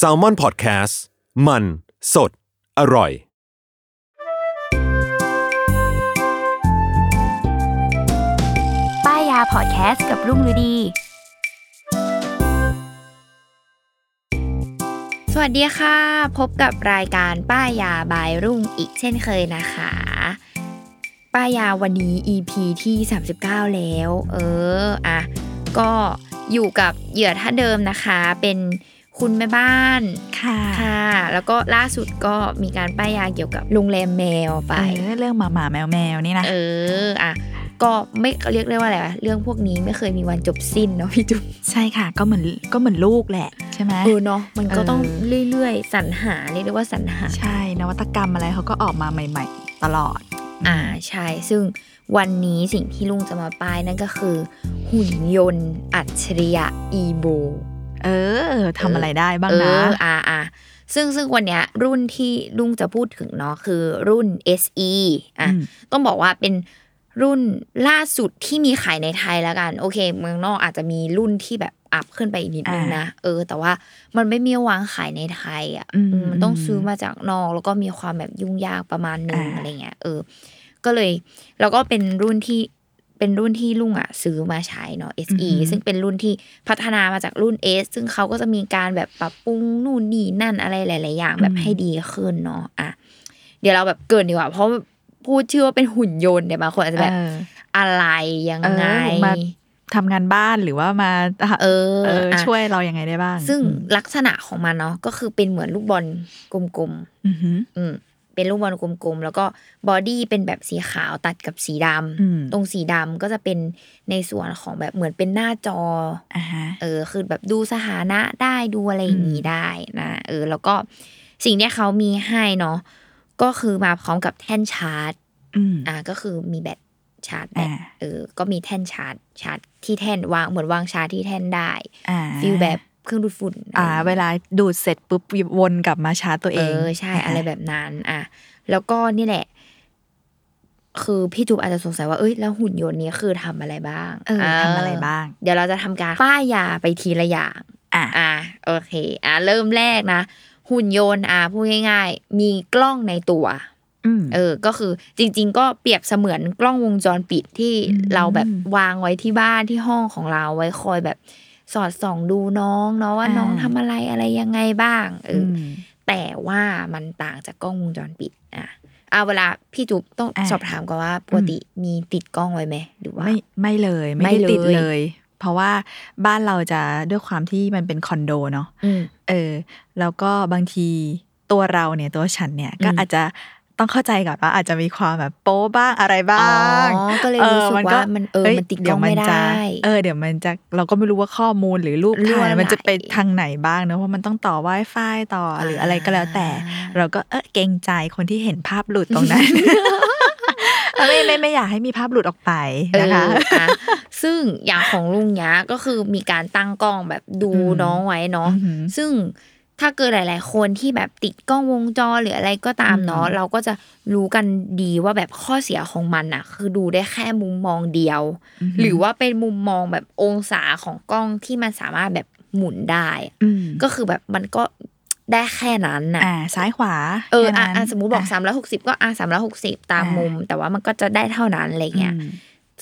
s a l m o n PODCAST มัน สด อร่อย ป้ายยาพอดแคสต์กับรุ่งฤดี สวัสดีค่ะ พบกับรายการป้ายยาบายรุ่งอีกเช่นเคยนะคะ ป้ายยาวันนี้ EP ที่ 39 แล้ว เอออ่ะก็อยู่กับเหยื่อท่านเดิมนะคะ เป็นคุณแม่บ้าน ค่ะ ค่ะ แล้วก็ล่าสุดก็มีการป้ายยาเกี่ยวกับโรงแรมแมวไป เออเรื่องหมาหมาแมวแมวนี่นะ เออ อ่ะ ก็ไม่เรียกได้ว่าอะไรวะ เรื่องพวกนี้ไม่เคยมีวันจบสิ้นเนาะ พี่จุ๊บ ใช่ค่ะก็เหมือนก็เหมือนลูกแหละใช่ไหม เออเนาะ มันก็ต้อง เออ เรื่อยๆ สรรหา เรียกได้ว่าสรรหา ใช่นวัตกรรมอะไรเขาก็ออกมาใหม่ ๆ ตลอด อ่า ใช่ ซึ่งวันนี้สิ่งที่ลุงจะมาป้ายนั่นก็คือ หุ่นยนต์อัจฉริยะอีโบ เออทำอะไรได้บ้าง เอ นะ ออ่าอ่าซึ่งซึ่งวันเนี้ยรุ่นที่ลุงจะพูดถึงเนาะคือรุ่น SE อ่ะ อืม ต้องบอกว่าเป็นรุ่นล่าสุดที่มีขายในไทยแล้วกัน โอเค เมืองนอกอาจจะมีรุ่นที่แบบอัพขึ้นไปอีกนิดนึงนะ เออ แต่ว่ามันไม่มีวางขายในไทยอ่ะ อืม อืมมันต้องซื้อมาจากนอกแล้วก็มีความแบบยุ่งยากประมาณหนึง อ่า อะไรเงี้ย เออ ก็เลย แล้วก็เป็นรุ่นที่เป็นรุ่นที่ลุงอ่ะ ซื้อมาใช้เนาะ SE อือหือ ซึ่งเป็นรุ่นที่พัฒนามาจากรุ่น S ซึ่งเขาก็จะมีการแบบปรับปรุงนู่นนี่นั่นอะไรหลาย ๆ อย่างแบบให้ดีขึ้นเนาะอ่ะเดี๋ยวเราแบบเกรินดีกว่า เพราะพูดชื่อว่าเป็นหุ่นยนต์เนี่ยบางคนอาจจะแบบ เออ อะไรยังไง เออมา ทำงานบ้านหรือว่า มา เออ เออ อ่ะ ช่วยเรายังไงได้บ้าง ซึ่งลักษณะของมันเนาะก็คือเป็นเหมือนลูกบอลกลมๆ อืมอืม อืมเป็นลูกบอลกลมๆ แล้วก็บอดี้เป็นแบบสีขาวตัดกับสีด อืม ำตรงสีดำก็จะเป็นในส่วนของแบบเหมือนเป็นหน้าจอ อ่าฮะ เออคือแบบดูสถานะได้ดูอะไรอย่างนี้ได้นะเออ แล้วก็สิ่งที่เขามีให้เนาะก็คือมาพร้อมกับแท่นชาร์จ อืม อ่ะก็คือมีแบตชาร์จแบต อ่า เออ ก็มีแท่นชาร์จชาร์จที่แท่นวางเหมือนวางชาร์จที่แท่นได้ อ่า ฟีลแบบเครื่องดูดฝุ่น อ่า ะไรย่ง เว งี้ย ลาดูดเสร็จปุ๊บวนกลับมาชาร์จตัวเอง เออใช่อะไรแบบนั้น อ่ะ แล้วก็นี่แหละ คือพี่จุ๊บอาจจะสงสัยว่าเอ้ยแล้วหุ่นยนต์นี้คือทำอะไรบ้าง เออทำอะไรบ้าง เดี๋ยวเราจะทำการป้ายยาไปทีละอย่าง อ่ะ อ่ะโอเค อ่ะเริ่มแรกนะ หุ่นยนต์อ่ะพูดง่าย ๆ มีกล้องในตัว อืม เออ ก็คือจริง ๆ ก็เปรียบเสมือนกล้องวงจรปิดที่ อืม เราแบบวางไว้ที่บ้านที่ห้องของเราไว้คอยแบบสอดส่องดูน้องเนาะว่าน้องทำอะไรอะไรยังไงบ้างเอออ ม แต่ว่ามันต่างจากกล้องวงจรปิดอ่ะเอาเวลาพี่จุ๊บต้อง อ่ะ สอบถามก่อนว่าปกติมีติดกล้องไว้ไหมหรือว่า ไม่ไม่เลยไม่ ไม่ ได้ติด เลย เลย เพราะว่าบ้านเราจะด้วยความที่มันเป็นคอนโดเนาะ อืม เออ แล้วก็บางทีตัวเราเนี่ยตัวฉันเนี่ยก็ อืม อาจจะต้องเข้าใจก่อนว่าอาจจะมีความแบบโป๊บ้างอะไร อ๋ บ้าง อก็เลยรู้สึกว่ามันเออ ฮ้ย มันติดก เย ล้ว องไม่ นจะ ได้ เออเดี๋ยวมันจะเราก็ไม่รู้ว่าข้อมูลหรือรูป รั่ว ถ่าย ไหล มันจะไปทางไหนบ้างเนอะเพราะมันต้องต่อ Wi-Fi ต่อหรืออะไรก็แล้วแต่ อ่า เราก็เออเกรงใจคนที่เห็นภาพหลุดตรง นั้น เออไม่ไม่ไม่อยากให้มีภาพหลุดออกไปนะคะ เอออ่ะซึ่งอย่างของลุงยะก็คือมีการตั้งกล้องแบบดู อืม น้องไว้เนาะ อือหือ ซึ่งถ้าเกิดหลาย ๆ คนที่แบบติดกล้องวงจรหรืออะไรก็ตามเนาะ อืม เราก็จะรู้กันดีว่าแบบข้อเสียของมันอะคือดูได้แค่มุมมองเดียว หรือว่าเป็นมุมมองแบบองศาของกล้องที่มันสามารถแบบหมุนได้อะ อืม ก็คือแบบมันก็ได้แค่นั้นน่ะ อ่าซ้ายขวา เออ แค่ อ่ะ นั้น อ่ะสมมุติบอก 360 ก็อ่ะ360 ตาม อ่ามุ มุม แต่ว่ามันก็จะได้เท่านั้นอะไรเงี้ย อืม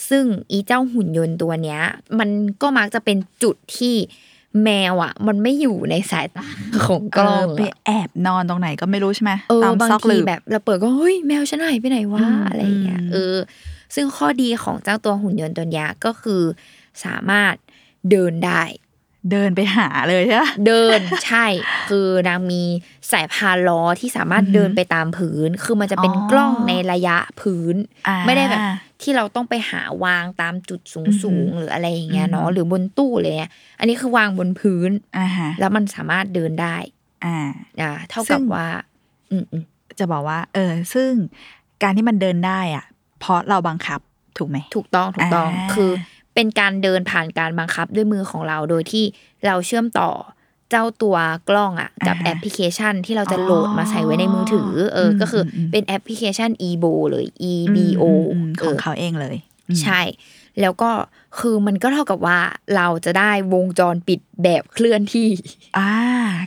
ซึ่งอีเจ้าหุ่นยนต์ตัวเนี้ย มันก็มักจะเป็นจุดที่แมวอ่ะ มันไม่อยู่ในสายตาของกล้อง เไป อะ แอบนอนตรงไหนก็ไม่รู้ใช่ไหม เออ ตาม บาง ซอกห ที ลืบ แบบเราเปิดก็เฮ้ยแมวฉันหายไปไหนวะ อืม อะไรเงี้ย อืม เออ ซึ่งข้อดีของเจ้าตัวหุ่นยนต์ตัวเนี้ยก็คือสามารถเดินได้ เดินไปหาเลยใช่ปะ เดิน ใช่ คือนางมีสายพานล้อที่สามารถ อือหือ เดินไปตามพื้น คือมันจะเป็น อ๋อก ล้องในระยะพื้น อ่า ไม่ได้แบบที่เราต้องไปหาวางตามจุดสูง อือหื สู อง หรืออะไรอย่างเงี้ยเนาะ อือหือ หรือบนตู้เลยเนี่ยอันนี้คือวางบนพื้น อ่าฮะ แล้วมันสามารถเดินได้ อ่า อ่าเท่า ซึ่ กับ ง ว่า อืมอืม จะบอกว่า เออ ซึ่งการที่มันเดินได้อ่ะ เพราะเราบังคับถูกไหม ถูกต้องถูกต้อง อ่า คือเป็นการเดินผ่านการบังคับด้วยมือของเราโดยที่เราเชื่อมต่อเจ้าตัวกล้องอ่ะ กับแอปพลิเคชันที่เราจะโหลดมาใส่ไว้ในมือถือ เอออก็คืออเป็นแอปพลิเคชัน ebo หรือ ebo อืมอืม เ ของเขาเองเลยอืม ใช่ แล้วก็คือมันก็เท่ากับว่าเราจะได้วงจรปิดแบบเคลื่อนที่ อ่า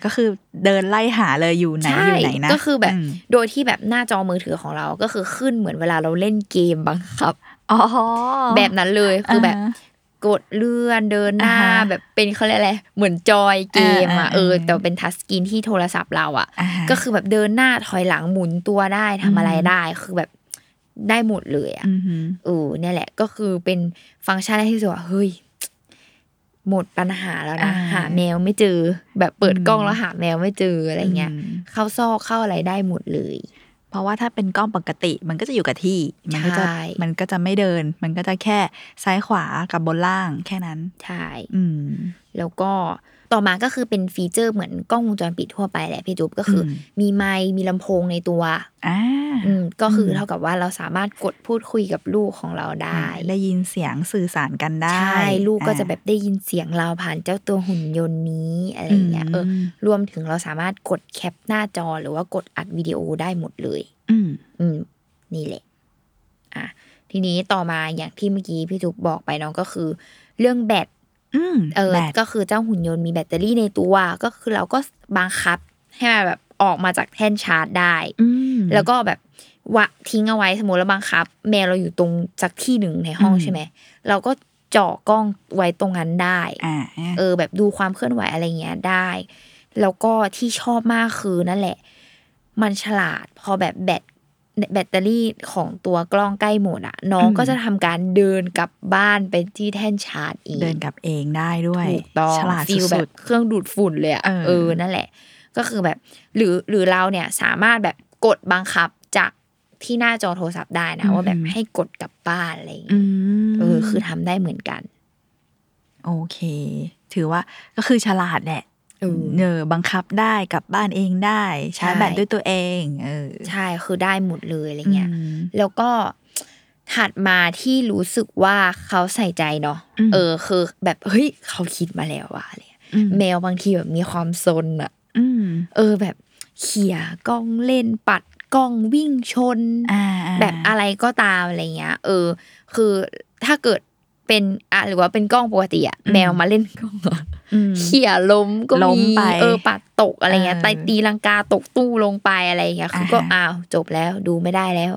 ก็คือเดินไล่หาเลยอยู่ไหน ใช่ อยู่ไหนนะ ก็คือแบบ ม โดยที่แบบหน้าจอมือถือของเราก็คือขึ้นเหมือนเวลาเราเล่นเกมบังคับ อ๋อ แบบนั้นเลยคือแบบ าฮะ กดเลื่อนเดินหน้า อ่าฮะ แบบเป็นเขาเรียกอะไรเหมือนจอยเกมอ่ะ อ่าอ่า เออ อ่า แต่เป็นทัชสกรีนที่โทรศัพท์เราอ่ะ อ่าฮะ ก็คือแบบเดินหน้าถอยหลังหมุนตัวได้ทำอะไร อืม ได้คือแบบได้หมดเลยอ่ะ อือหือ เออเนี่ยแหละก็คือเป็นฟังก์ชันแรกที่รู้สึกว่าเฮ้ย หมดปัญหาแล้วนะ อ่า หาแมวไม่เจอ แบบเปิด อืม กล้องแล้วหาแมวไม่เจออะไรเงี้ย อืม เข้าซอกเข้าอะไรได้หมดเลย เพราะว่าถ้าเป็นกล้องปกติมันก็จะอยู่กับที่ มันก็จะ ใช่ มันก็จะไม่เดิน มันก็จะแค่ซ้ายขวากับบนล่างแค่นั้น ใช่ อืม แล้วก็ต่อมาก็คือเป็นฟีเจอร์เหมือนกล้องวงจรปิดทั่วไปแหละพี่จุ๊บก็คืออ ม มีไมค์มีลำโพงในตัว อ่า อืมก็คืออ ม เท่ากับว่าเราสามารถกดพูดคุยกับลูกของเราได้ ได้ยินเสียงสื่อสารกันได้ ใช่ลูกก็จะ อ่า แบบได้ยินเสียงเราผ่านเจ้าตัวหุ่นยนต์นี้อะไรอย่างเงี้ยเอออ ม รวมถึงเราสามารถกดแคปหน้าจอหรือว่ากดอัดวิดีโอได้หมดเลย อืม อืม นี่แหละ อ่ะ ทีนี้ต่อมาอย่างที่เมื่อกี้พี่จุ๊บบอกไปเน้องก็คือ เรื่องแบต อืม เออ แบบ ก็คือเจ้าหุ่นยนต์มีแบตเตอรี่ในตัว ก็คือเราก็บังคับให้มันแบบออกมาจากแท่นชาร์จได้ อืม แล้วก็แบบวะทิ้งเอาไว้สมมติแล้วบังคับ แมวเราอยู่ตรงสักที่หนึ่งในห้อง อืม ใช่ไหม เราก็เจาะกล้องไว้ตรงนั้นได้ อ่า เออแบบดูความเคลื่อนไหวอะไรเงี้ยได้ แล้วก็ที่ชอบมากคือนั่นแหละ มันฉลาดพอแบบแบตแบตเตอรี่ของตัวกล้องใกล้หมดอะน้อง อืม ก็จะทำการเดินกลับบ้านไปที่แท่นชาร์จอีก เดินกลับเองได้ด้วย ถูกต้อง ฉลาด ฟีลแบ สุ บ ด เครื่องดูดฝุ่นเลยอะ เออ เออนั่นแหละ ก็คือแบบ หรือหรือเราเนี่ยสามารถแบบกดบังคับจากที่หน้าจอโทรศัพท์ได้นะว่าแบบให้กดกลับบ้านอะไรอย่าง ๆ เงี้ย ม เออคือทำได้เหมือนกัน โอเค ถือว่าก็คือฉลาดแหละ เออ เนอบังคับได้กลับบ้านเองได้ชาร์จ ใช่ แบตด้วยตัวเอง เออ ใช่คือได้หมดเลยอะไรเงี้ย อืม แล้วก็ถัดมาที่รู้สึกว่าเขาใส่ใจเนาะ อืม เออ คือแบบเฮ้ยเขาคิดมาแล้วว่ะอะไรเงี้ย อืม แมวบางทีแบบมีความซนอะ อืม เออแบบเขี่ยกล้องเล่นปัดกล้องวิ่งชน อ่าๆ แบบอะไรก็ตามอะไรเงี้ย เออ คือถ้าเกิดเป็นอ่ะหรือว่าเป็นกล้องปกติอะ อืม แมวมาเล่นกล้องอะ อืม เขี่ยล้มก็ ล้ม มี ไป เออปัดตกอะไรเงี้ย เออ ไตตีลังกาตกตู้ลงไปอะไรเงี้ยคือก็ อ่าฮะ อ้าวจบแล้วดูไม่ได้แล้ว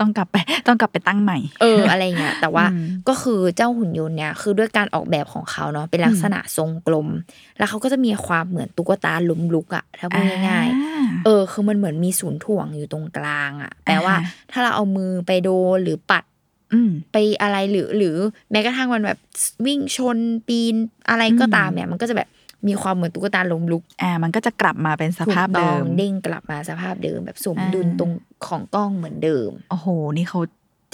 ต้องกลับไป ต้องกลับไปตั้งใหม่ เอ ออะไรเงี้ยแต่ว่า อืม ก็คือเจ้าหุ่นยนต์เนี่ยคือด้วยการออกแบบของเขาเนาะเป็นลักษณะทรงกลม แล้วเขาก็จะมีความเหมือนตุ๊กตาล้มลุกอะถ้าพูดง่ายๆเออคือมันเหมือนมีศูนย์ถ่วงอยู่ตรงกลางอะแปลว่า อ่าฮะ ถ้าเราเอามือไปโดนหรือปัด อืม ไปอะไรหรือหรือแม้กระทั่งมันแบบวิ่งชนปีนอะไรก็ อืม ตามเนี่ย มันก็จะแบบมีความเหมือนตุ๊กตาล้มลุก อ่า มันก็จะกลับมาเป็นสภาพ ถูกต้ เดิ อง ม เด้งกลับมาสภาพเดิมแบบสมดุล อ่า ตรงของกล้องเหมือนเดิม โอ้โห นี่เขา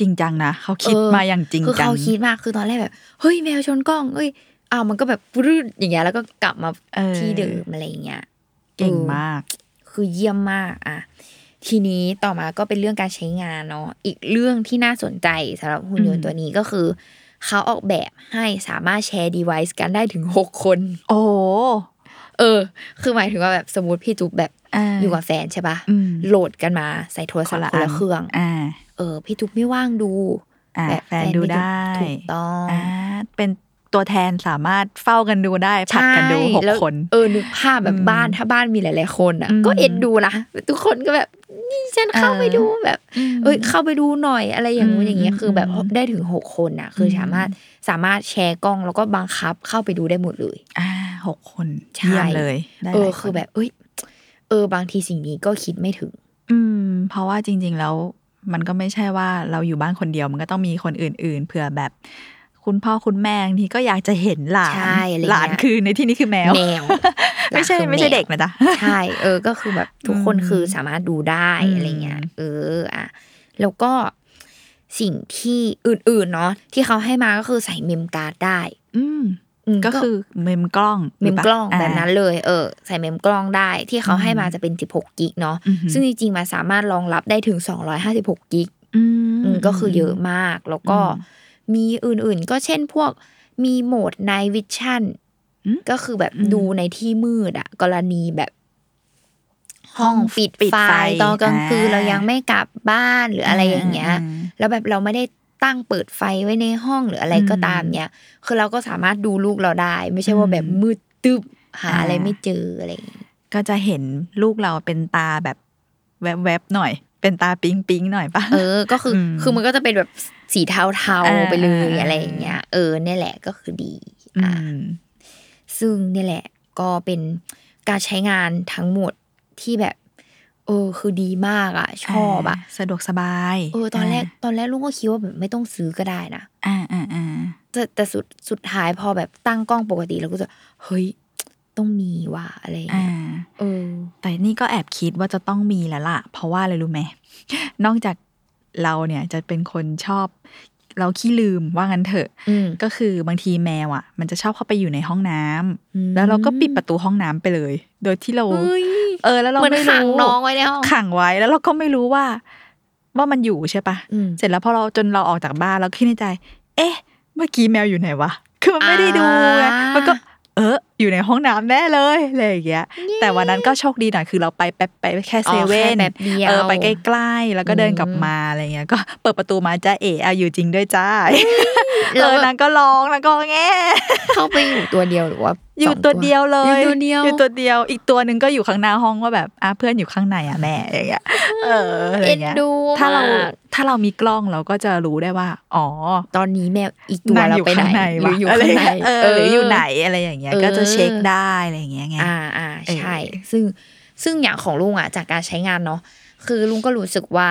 จริงจังนะเขาคิด เออ มาอย่างจริง คือ จัง เขาคิดมากคือตอนแรกแบบ เฮ้ยแมวชนกล้องเอ้ยอ้าวมันก็แบบรืดอย่างเงี้ยแล้วก็กลับมา เออ ที่เดิมอะไรอย่างเงี้ย เก่ง ออ มาก คือเยี่ยมมากอ่ะทีนี้ต่อมาก็เป็นเรื่องการใช้งานเนาะอีกเรื่องที่น่าสนใจสำหรับหุ่นยน อื ต์ ม ตัวนี้ก็คือ เขาออกแบบให้สามารถแชร์ดีไวซ์กันได้ถึง 6 คน โอ้โห เออ คือหมายถึงว่าแบบสมมติพี่จุ๊บแบบ เ อยู่กับแฟนใช่ปะ อืม โหลดกันมาใส่โทรศัพท์คนละเครื่อง อ่า เออพี่จุ๊บไม่ว่างดู อ่าแฟนพี่ดูจุ๊บ ได้ ถูกต้อง อ่าเป็นตัวแทนสามารถเฝ้ากันดูได้ผลัดกันดู ใช่ หก แล้ว คน เออนึกภาพแบบ อืม บ้านถ้าบ้านมีหลาย ๆ คนอ่ะ อืม ก็เอ็นดูนะทุกคนก็แบบนี่ฉันเข้าไป เออ ดูแบบเอ้ยเข้าไปดูหน่อยอะไรอย่างงู้น อืม อย่างเงี้ยคือแบบ อืม ได้ถึงหกคนอ่ะ คืออ ม สามารถสามารถแชร์กล้องแล้วก็บังคับเข้าไปดูได้หมดเลย อ่าหกคน ใช่ เยี่ยมเลยได้ เอ ห อ ลาย คือน แบบเอ้ยเออบางทีสิ่งนี้ก็คิดไม่ถึง อืม เพราะว่าจริง ๆ แล้ว มันก็ไม่ใช่ว่าเราอยู่บ้านคนเดียวมันก็ต้องมีคนอื่น ๆ เผื่อแบบ คุณพ่อคุณแม่บางทีก็อยากจะเห็นหลาน ใช่อะไรเงี้ย หลานคือในที่นี้คือแมว แมว ไม่ใช่ คือ ไม่ใช่ แว เด็กนะจ๊ะ ใช่ เออ ก็คือแบบทุกคน อืม คือสามารถดูได้ อืม อะไรเงี้ย เอออ่ะแล้วก็สิ่งที่อื่นๆเนาะที่เขาให้มาก็คือใส่เมมการ์ดได้ อืม อืม ก็คือเมมกล้อง เมมกล้อง า แบบนั้นเลย เออ ใส่เมมกล้องได้ที่เขาให้มาจะเป็น 16 กิกเนาะ อือหือ ซึ่งจริงๆมันสามารถรองรับได้ถึง 256 กิก อื อืมมก็คือเยอะมาก แล้วก็ อืม มีอื่นๆ ก็เช่นพวกมีโหมด night vision อืม ก็คือแบบ อืม ดูในที่มืดอะกรณีแบบ ห้องปิด ปิด ไฟ ไฟ ตอนกลางคืน อ่า เรายังไม่กลับบ้านหรืออะไรอย่างเงี้ย ม แล้วแบบเราไม่ได้ตั้งเปิดไฟไว้ในห้องหรืออะไร อืม ก็ตามเนี่ย คือเราก็สามารถดูลูกเราได้ ไม่ใช่ว่า อืม แบบมืดตึบหา อ่า อะไรไม่เจออะไรอย่างเงี้ย ก็จะเห็นลูกเราเป็นตาแบบแวบๆหน่อย เป็นตาปิ๊งปิงๆหน่อยปะ เออ ก็คืออ ม คือมันก็จะเป็นแบบสีเทา อ่า ๆไปเลย อ่า อะไรอย่างเงี้ย เออเนี่ยแหละก็คือดี อื อ่า ม ซึ่งเนี่ยแหละก็เป็นการใช้งานทั้งหมดที่แบบ เออ คือดีมากอ่ะ ชอบอ่ะ สะดวกสบาย เออตอนแรกตอนแรกลุงก็คิดว่าแบบไม่ต้องซื้อก็ได้นะ อ่าอ่าอ่า แต่แต่สุดสุดท้ายพอแบบตั้งกล้องปกติเราก็จะเฮ้ย ต้องมีว่ะอะไรอย่าง อ่า เงี้ยเออ แต่นี่ก็แอบคิดว่าจะต้องมีแล้วล่ะ เพราะว่าอะไรรู้ไหม นอกจากเราเนี่ยจะเป็นคนชอบ เราขี้ลืมว่างั้นเถอะ อืม ก็คือบางทีแมวอ่ะ มันจะชอบเข้าไปอยู่ในห้องน้ำแล้วเราก็ปิดประตูห้องน้ำไปเลย โดยที่เรา เฮ้ย เออ แล้วเรา เหมือน ไม่ ขัง รู้ น้องไว้ในห้อง ขังไว้แล้วเราก็ไม่รู้ว่า ว่ามันอยู่ใช่ปะ อืม เสร็จแล้วพอเราจนเราออกจากบ้านเราคิดในใจ เอ๊ะ เมื่อกี้แมวอยู่ไหนวะ คือมันไม่ได้ดูไง อ่ามั มันก็ เอออยู่ในห้องน้ำแน่เลยอะไรอย่างเงี้ย แต่วันนั้นก็โชคดีหน่อยคือเราไปแป๊บไปแค่เซเว่ อ๋อแค่ น แบบเดียว เออไปใกล้ๆ แล้วก็เดินกลับมาอะไรเงี้ย ก็เปิดประตูมาจ้าเอ๋เอาอยู่จริงด้วยจ้าเอ แล้ว อ แบบ นางก็ร้องนางก็แง่ เข้าไปอยู่ตัวเดียวหรือว่า อยู่ สง ตัวเดียวเลย อยู่ตัวเดียว อยู่ตัวเดียว อีกตัวหนึ่งก็อยู่ข้างหน้าห้องว่าแบบอ่ะเพื่อนอยู่ข้างในอ่ะแม่อย่างเงี้ยเอออะไร เอ็น เงี้ย ดู ถ้าเรา มก ถ้าเรามีกล้องเราก็จะรู้ได้ว่า อ๋อ ตอนนี้แมวอีกตัว ง เรา อยู่ ไปไหน ข้างใน หรืออยู่วะะไร ข้างใน เงี้ยเออหรืออยู่ไหนอะไรอย่างเงี้ย เออ ก็จะเช็คได้อะไรอย่างเงี้ยไง อ่าอ่าใช่ เออ ซึ่งซึ่งอย่างของลุงอ่ะจากการใช้งานเนาะคือลุงก็รู้สึกว่า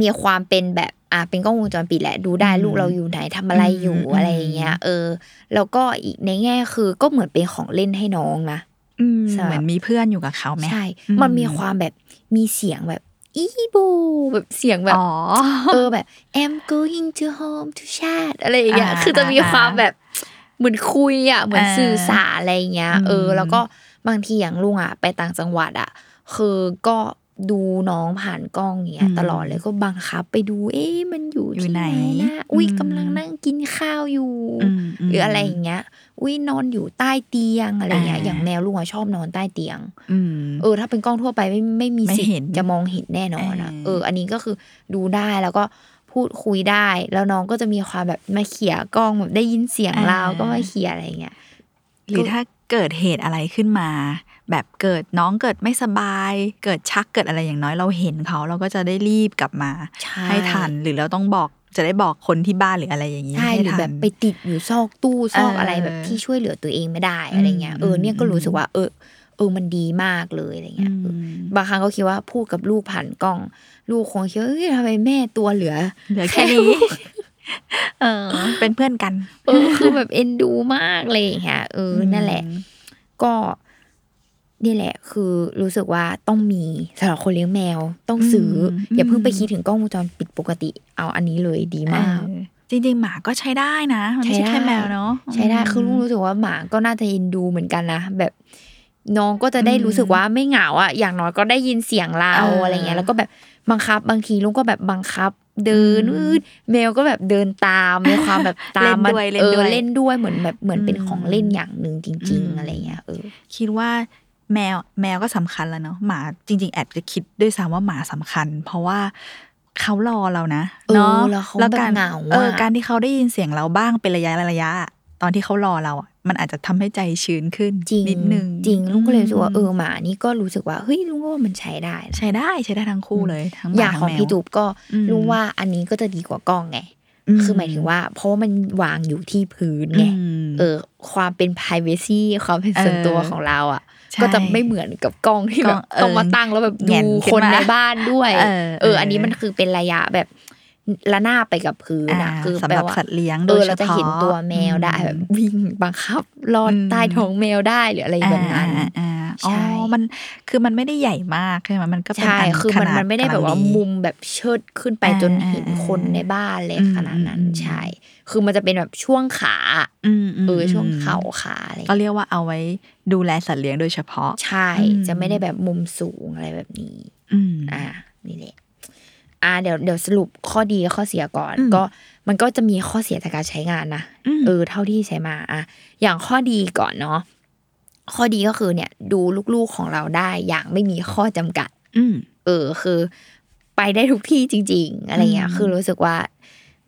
มีความเป็นแบบอ่าเป็นกล้องวงจรปิดแหละดูได้ลูกเราอยู่ไหนทำอะไรอยู่อะไรอย่างเงี้ย เออ แล้วก็อีกในแง่คือก็เหมือนเป็นของเล่นให้น้องนะ อืม สำหรับ เหมือนมีเพื่อนอยู่กับเขาไหม ใช่ อืม มันมีความแบบมีเสียงแบบ อีบู แบบเสียงแบบ อ๋อ เออ แบบ I'm going to home to chat อะไรอย่างเงี้ย อ่า คือจะมีความ อ่า แบบเหมือนคุยอ่ะ เหมือน อ่า สื่อสารอะไรอย่างเงี้ย เออ อืม แล้วก็บางทีอย่างลุงอ่ะ ไปต่างจังหวัดอ่ะ คือก็ดูน้องผ่านกล้องอย่างเงี้ย ตลอดเลยก็บังคับไปดู เอ๊ะมันอยู่ที่ไหนนะ อุ้ยกำลังนั่งกินข้าวอยู่ มม หรืออะไรอย่างเงี้ย อุ้ยนอนอยู่ใต้เตียงอะไรอย่างเงี้ย อ่า อย่างแมวลุงอ่ะชอบนอนใต้เตียง อืม เออถ้าเป็นกล้องทั่วไปไม่ไม่มี ไม่ สิท เห็น ธิ์จะมองเห็นแน่นอนอะ เออ เออ อันนี้ก็คือดูได้แล้วก็พูดคุยได้ แล้วน้องก็จะมีความแบบมาเขี่ยกล้องแบบได้ยินเสียงเราก็มาเขี่ยอะไรเงี้ย หรือถ้าเกิดเหตุอะไรขึ้นมา แบบเกิดน้องเกิดไม่สบาย เกิดชักเกิดอะไรอย่างน้อยเราเห็นเขาเราก็จะได้รีบกลับมา ใช่ ทันหรือเราต้องบอกจะได้บอกคนที่บ้านหรืออะไรอย่างนี้ ใช่หรือ ทัน แบบไปติดอยู่ซอกตู้ซอก เอออ อะไรแบบที่ช่วยเหลือตัวเองไม่ได้ อืม อะไรเงี้ยเออเนี่ยก็ อืม รู้สึกว่า เออ เออมันดีมากเลยอะไร อื เงี้ย ม เออบางครั้งก็คิดว่าพูดกับลูกผ่านกล้อง ลูกคงคิดว่าเฮ้ยทำไมแม่ตัวเหลือ เหลือแค่นี้ เออ เป็นเพื่อนกัน เออคือแบบเอ็นดูมากเลยอย่างเงี้ยเอออ ม นั่นแหละ ก็นี่แหละ คือรู้สึกว่าต้องมีสำหรับคนเลี้ยงแมวต้องซื้อออย่าเพิ่งไปคิดถึงกล้องวงจรปิดปกติ เอาอันนี้เลยดีมาก เออจริงๆ หมาก็ใช้ได้นะ มันไม่ใช่ ใช้ได้ แค่แมวเนาะ ใช่ได้คือลุง ม รู้สึกว่าหมาก็น่าจะเอ็นดูเหมือนกันนะแบบน้องก็จะได้ อืม รู้สึกว่าไม่เหงาอ่ะอย่างน้อยก็ได้ยินเสียงเรา เอออ อะไรเงี้ย แล้วก็แบบบังคับ บางทีลุงก็แบบบังคับ เดิน อืม อืดแมวก็แบบเดินตามมีความแบบตามมั เล่นด้วยเล่ เอนอด้วย เล่นด้วยเหมือนแบบเหมือนเป็น อืม ของเล่นอย่างหนึ่งจริง อืม ๆ อะไรเงี้ยเออ คิดว่าแมวแมวก็สำคัญแล้วเนาะหมาจริง ๆ แอบจะคิดด้วยซ้ำว่าหมาสำคัญ เพราะว่าเขารอเรานะ เออ เนาะ แล้วเขา การ แบบเหงาอะ เออการที่เขาได้ยินเสียงเราบ้างเป็นระยะระยะ ตอนที่เขารอเราอะมันอาจจะทำให้ใจชื้นขึ้น จริง นิดนึง จริงลุงก็เลยรู้สึกว่าเออ ม หมานี่ก็รู้สึกว่าเฮ้ยลุงก็ว่ามันใช้ได้นะ ใช้ได้ใช้ได้ทั้งคู่เลยทั้งห อ มา ย่าง ทั้ ของ แมว พี่จูบก็ อืม ลุงว่าอันนี้ก็จะดีกว่ากล้องไง คือหมายถึงว่าเพราะว่ามันวางอยู่ที่พื้นไง อืม เออ ความเป็น p r i เวซีความเป็นส่วนตัว เออ ของเราอ่ะ ใช่ ก็จะไม่เหมือนกับกล้องที่ ก แบ ล้ บ องเออ ต้องมาตั้งแล้วแบบ แห ดู งนขึ้น คน มา ในบ้านด้วย เออเออ อันนี้มันคือเป็นระยะแบบ ละหน้าบไปกับพื้นอะ อ่า คือ สำหรับ แปลว่า สัตว์เลี้ยง อ โด อย เฉพาะ เราจะเห็นตัวแมวได้ อืม แบบวิ่งบังคับลอด อืม ใต้ท้องแมวได้หรืออะไรแบบนั้น อ่าอ่าอ่าอ๋อ ใช่ มันคือมันไม่ได้ใหญ่มากใช่ไหมมันก็เป็น ใช่ น คือ ข มัน นาด มันไม่ได้ กำลั แบบว่า ดี มุมแบบเชิดขึ้นไป อ่า จนเห็น อ่า คนในบ้านเลย อืม ขนาดนั้น อืม ใช่ คือมันจะเป็นแบบช่วงขา อืมม เอออ ม ช่วงเข่าขาอะไรอย่าง ก็ เงี้ย เรียกว่าเอาไว้ดูแลสัตว์เลี้ยงโดยเฉพาะ ใช่ อืม จะไม่ได้แบบมุมสูงอะไรแบบนี้ อืม อ่านี่แหละอ่าเดี๋ยวเดี๋ยวสรุปข้อดีข้อเสียก่อน อืม ก็มันก็จะมีข้อเสียจากการใช้งานนะ อืม เออ เท่าที่ใช้มาอ่ะอย่างข้อดีก่อนเนาะข้อดีก็คือเนี่ย ดูลูกๆของเราได้อย่างไม่มีข้อจำกัด อืม เออคือไปได้ทุกที่จริง ๆ อะไรเงี้ย อืม คือรู้สึกว่า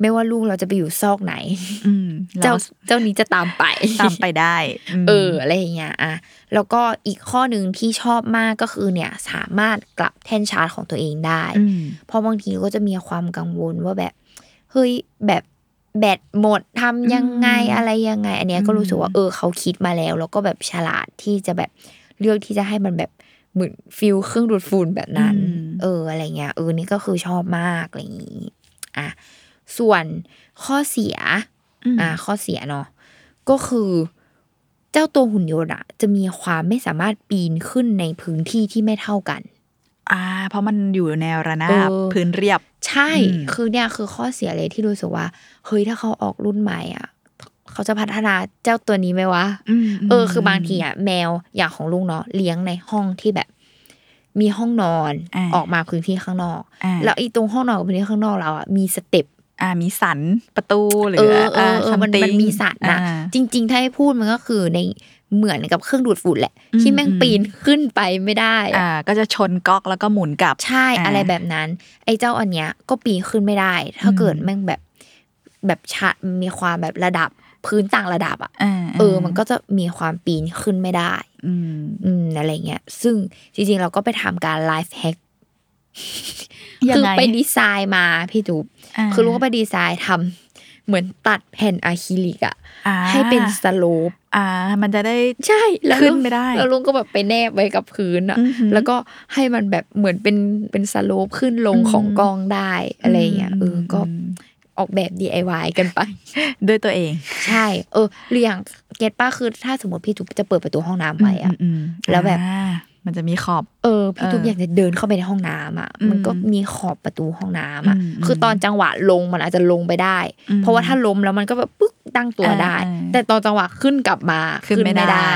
ไม่ว่าลูกเราจะไปอยู่ซอกไหน อืม เจ้า เรา เจ้านี้จะตามไป ตามไปได้ม เอออะไรอย่างเงี้ยอ่ะแล้วก็อีกข้อหนึ่งที่ชอบมากก็คือเนี่ยสามารถกลับแท่นชาร์จของตัวเองได้ ม เพราะบางทีก็จะมีความกังวลว่าแบบเฮ้ยแบบแบตหมดทำยังไง อืม อะไรยังไง อันเนี้ยก็ อืม รู้สึกว่าเออเขาคิดมาแล้ว แล้วก็แบบฉลาดที่จะแบบเลือกที่จะให้มันแบบเหมือนฟิลเครื่องดูดฝุ่นแบบนั้น อืม เอออะไรเงี้ยเออนี่ก็คือชอบมากอะไรอย่างงี้อ่ะส่วนข้อเสีย อืม อ่าข้อเสียเนาะก็คือเจ้าตัวหุ่นยนต์อะจะมีความไม่สามารถปีนขึ้นในพื้นที่ที่ไม่เท่ากัน อ่า เพราะมันอยู่แนวระนาบ เออ พื้นเรียบ ใช่ อืม คือเนี่ยคือข้อเสียเลยที่รู้สึกว่า เฮ้ยถ้าเขาออกรุ่นใหม่อ่ะ เขาจะพัฒนาเจ้าตัวนี้ไหมวะ ม เออ คือบางทีอ่ะแมวอย่างของลุงเนาะเลี้ยงในห้องที่แบบ มีห้องนอน า ออกมาพื้นที่ข้างนอก อ่า แล้วไอีตรงห้องนอนกับพื้นที่ข้างนอกเราอ่ะมีสเต็ป อ่ามีสันประตูหรือ เออเออเออมันมัน something มีสัตว์นะ อ่า จริง ๆ ถ้าให้พูดมันก็คือในเหมือนกับเครื่องดูดฝุ่นแหละ อืม ที่แม่ง อืม ปีนขึ้นไปไม่ได้อะ อ่า ก็จะชนก๊อกแล้วก็หมุนกลับ ใช่ อ่า อะไรแบบนั้น ไอ้เจ้าอันเนี้ยก็ปีนขึ้นไม่ได้ ถ้า อืม เกิดแม่งแบบแบบชะมีความแบบระดับพื้นต่างระดับอ่ะ อ่า เออ มันก็จะมีความปีนขึ้นไม่ได้ อืม อืมอะไรเงี้ยซึ่งจริง ๆ เราก็ไปทำการไลฟ์แฮก ยั คื ง อ ไง ไปดีไซน์มาพี่จุ๊บ า คือรู้ว่าไปดีไซน์ทำเหมือนตัดแผ่นอะคริลิกอะ อ่า ให้เป็นสโลป อ่า มันจะได้ ใช่แล้ว ขึ้ ลุ น ง ไม่ได้ แล้วลุงก็แบบไปแนบไว้กับพื้นอ่ะ อือหือ แล้วก็ให้มันแบบเหมือนเป็นเป็นสโลปขึ้นลง อืม ของกองได้อะไรอย่างเงี้ยเออก็ ม ออกแบบ DIY กันไป ด้วยตัวเอง ใช่ เออหรืออย่างเกตป้าคือถ้าสมมติพี่ทุบจะเปิดประตูห้องน้ำไว้อ่ะ อืมอืม แล้วแบบ อ่ามันจะมีขอบ เออพี่ทุบ เอออยอากจะเดินเข้าไปในห้องน้ำอ่ะ อืม มันก็มีขอบประตูห้องน้ำอ่ะ อืม คือตอนจังหวะลงมันอาจจะลงไปได้ อืม เพราะว่าถ้าล้มแล้วมันก็แบบปึ๊กตั้งตัว อ่า ได้ อ่า แต่ตอนจังหวะขึ้นกลับมา ขึ้นไม่ได้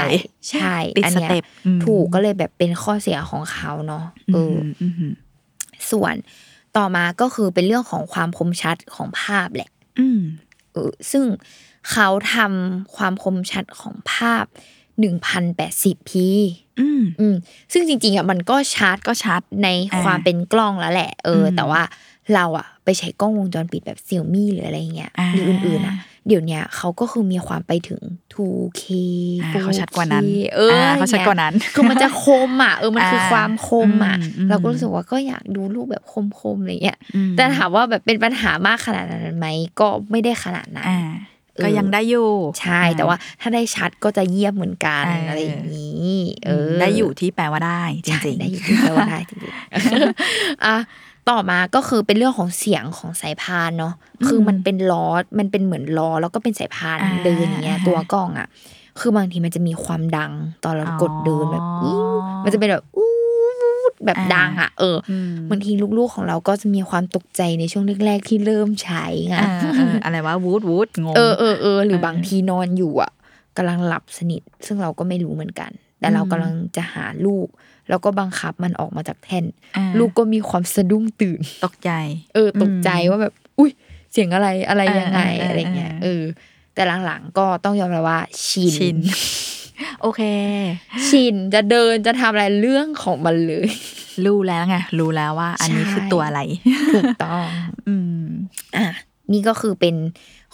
ใช่ ติด อัน ส เนี้ย เต็ปอืม ถูกก็เลยแบบเป็นข้อเสียของเขาเนาะเอออ มอืม ส่วนต่อมาก็คือเป็นเรื่องของความคมชัดของภาพแหละ อืม เออซึ่งเขาทำความคมชัดของภาพ 1,080p อืม อืมซึ่งจริงๆอ่ะมันก็ชัด ก็ชัด ใน อ่า ความเป็นกล้องแล้วแหละ เอออ ม แต่ว่าเราอ่ะ ไปใช้กล้องวงจรปิดแบบเซี่ยมี่หรืออะไรเงี้ย อ่า หรืออื่นๆอ่ะ เดี๋ยวเนี้ยเขาก็คือมีความไปถึง 2K อ่า 4K เขาชัดกว่านั้น เอออ เขาชัดกว่านั้น คือมันจะคมอ่ะเออมันคืออา ความคมอ่ะ อืมอืม เราก็รู้สึกว่าก็อยากดูรูปแบบคมๆอะไรเงี้ย อืม แต่ถามว่าแบบเป็นปัญหามากขนาดนั้นไหมก็ไม่ได้ขนาดนั้น อ่า เออ ก็ยังได้อยู่ ใช่แต่ว่าถ้าได้ชัดก็จะเยี่ยมเหมือนกัน เอออ อะไรอย่างนี้เออ ได้อยู่ที่แปลว่าได้ จ ใช่ ริงๆ ได้อยู่ที่แปลว่าได้จริง ๆ อ่ะต่อมาก็คือเป็นเรื่องของเสียงของสายพานเนาะคือมันเป็นล้อมันเป็นเหมือนล้อแล้วก็เป็นสายพาน อ่า เดินอย่างเงี้ย อ่า ตัวกล้องอ่ะ คือบางทีมันจะมีความดังตอนเรากดเดินแบบ อ๋ อู้ อ มันจะเป็นแบบอู้วูดแบบ อ่า ดังอ่ะเออ อืม บางทีลูกๆของเราก็จะมีความตกใจในช่วงแรกๆที่เริ่มใช้ไง อ่าเอออะไรวะวูดวูดงง เออเออเออหรืเออบอางทีนอนอยู่อ่ะกำลังหลับสนิท ซึ่งเราก็ไม่รู้เหมือนกัน แต่ อืม เรากำลังจะหาลูก แล้วก็บังคับมันออกมาจากแท่น อ่า ลูกก็มีความสะดุ้งตื่น ตกใจ เออตกใจว่าแบบ อุ้ยเสียงอะไรอะไร เออ ยังไง เอออ อะไรเงี้ย เออ เออ แต่หลังๆก็ต้องยอมรับว่าชิน ชิน โอเค ชินจะเดินจะทำอะไรเรื่องของมันเลย รู้แล้วไง รู้แล้วว่า อันนี้ ใช่ คือตัวอะไร ถูกต้อง อืม อ่ะนี่ก็คือเป็น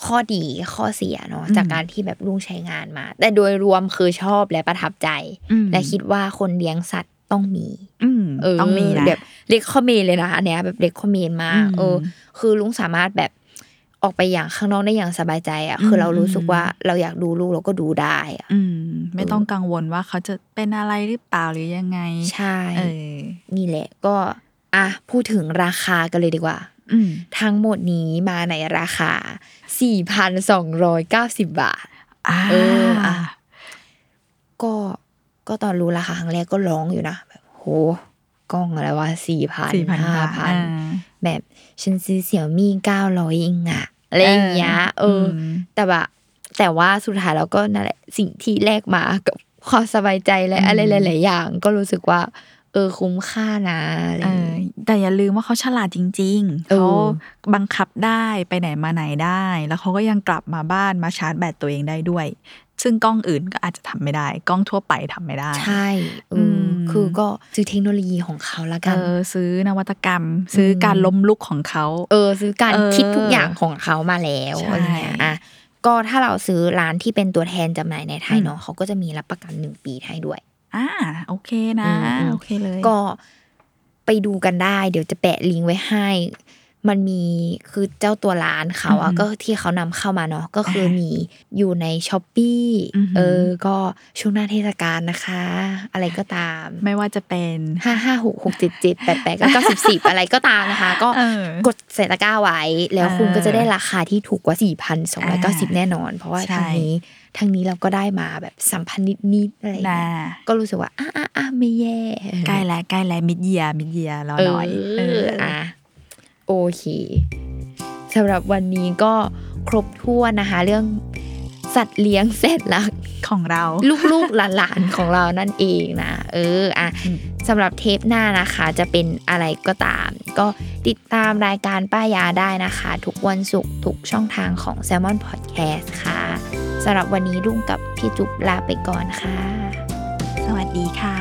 ข้อดีข้อเสียเนาะ อืม จากการที่แบบลุงใช้งานมา แต่โดยรวมคือชอบและประทับใจ อืม และคิดว่าคนเลี้ยงสัตว์ต้องมี อืม เ ต้องมีนะ แบบเล็กคอมเมนเลยนะอันเนี้ยแบบเล็กคอมเมนมาก อืม เออ คือลุงสามารถแบบออกไปอย่างข้างนอกได้อย่างสบายใจอ่ะ อืม คือเรารู้สึกว่าเราอยากดูลูกเราก็ดูได้อ่ะ อืม ไม่ต้องกังวลว่าเขาจะเป็นอะไรหรือเปล่าหรือยังไง ใช่ เออ นี่แหละก็อ่ะพูดถึงราคากันเลยดีกว่า อืม ทั้งหมดนี้มาในราคา 4,290 บาท อ่า เอออ่ะ ก็ก็ตอนรู้ราคาครั้งแรกก็ร้องอยู่นะแบบโหกล้องอะไรวะสี่พัน สี่พัน ห้า บาท พัน อ่า แบบฉันซื้อเสี่ยวมี่เก้าร้อยเองอะอะไรอย่างเงี้ยเอออ ม แต่แบบแต่ว่าสุดท้ายแล้วก็นั่นแหละสิ่งที่แลกมากับความสบายใจและ อืม อะไรหลาย ๆ อย่าง ก็รู้สึกว่า เออคุ้มค่านะอะไรอ เอย่าง อ งี้ แต่อย่าลืมว่าเขาฉลาดจริง ๆ เออ เขาบังคับได้ไปไหนมาไหนได้ แล้วเขาก็ยังกลับมาบ้านมาชาร์จแบตตัวเองได้ด้วย ซึ่งกล้องอื่นก็อาจจะทำไม่ได้ กล้องทั่วไปทำไม่ได้ ใช่เอออ ม คือก็ซื้อเทคโนโลยีของเขาละ เอ กัน อซื้อนวัตกรรม ซื้อการล้มลุกของเขา เออซื้อการ เออ คิดทุกอย่างของเขามาแล้ว ใช่ อะไรเงี้ยอ่ะก็ถ้าเราซื้อร้านที่เป็นตัวแทนจำหน่ายในไทย อืม เนาะเขาก็จะมีรับประกันหนึ่งปีให้ด้วย อ่าโอเคนะ อืมอืม โอเคเลย ก็ไปดูกันได้ เดี๋ยวจะแปะลิงก์ไว้ให้ มันมีคือเจ้าตัวร้านเขาอะ อืม ก็ที่เขานำเข้ามาเนาะก็คืออา มี มีอยู่ในช้อปปี อือหือ เออ ก็ช่วงหน้าเทศกาลนะคะ อะไรก็ตาม ไม่ว่าจะเป็น ห้าห้าหกหกเจ็ดเจ็ดแปดแปดเก้าสิบสิบอะไรก็ตามนะคะ ก็ เออ กดใส่ตะกร้าไว้ แล้ว เออ คุณก็จะได้ราคาที่ถูกกว่า 4,290 อ่า แน่นอน เพราะว่า ใช่ ทางนี้ทางนี้เราก็ได้มาแบบสัมพันธ์นิดๆอะไรอย่าง นะ เงี้ยก็รู้สึกว่าอ่ะอ่ะอ่ะไม่แย่ ใกล้แล้วใกล้แล้วมิดเยียมิดเยียรอ เอ ห อ น่อย เอออ่ะโอเคสำหรับวันนี้ก็ครบถ้วนนะคะ เรื่องสัตว์เลี้ยงแสนรัก ของเรา ลูกๆหลานๆ ของเรานั่นเองนะ เอออ่ะ อืม สำหรับเทปหน้านะคะ จะเป็นอะไรก็ตาม ก็ติดตามรายการป้ายาได้นะคะ ทุกวันศุกร์ทุกช่องทางของ s ซ l m o n Podcast ค่ะสำหรับวันนี้รุ่งกับพี่จุ๊บลาไปก่อนค่ะ สวัสดีค่ะ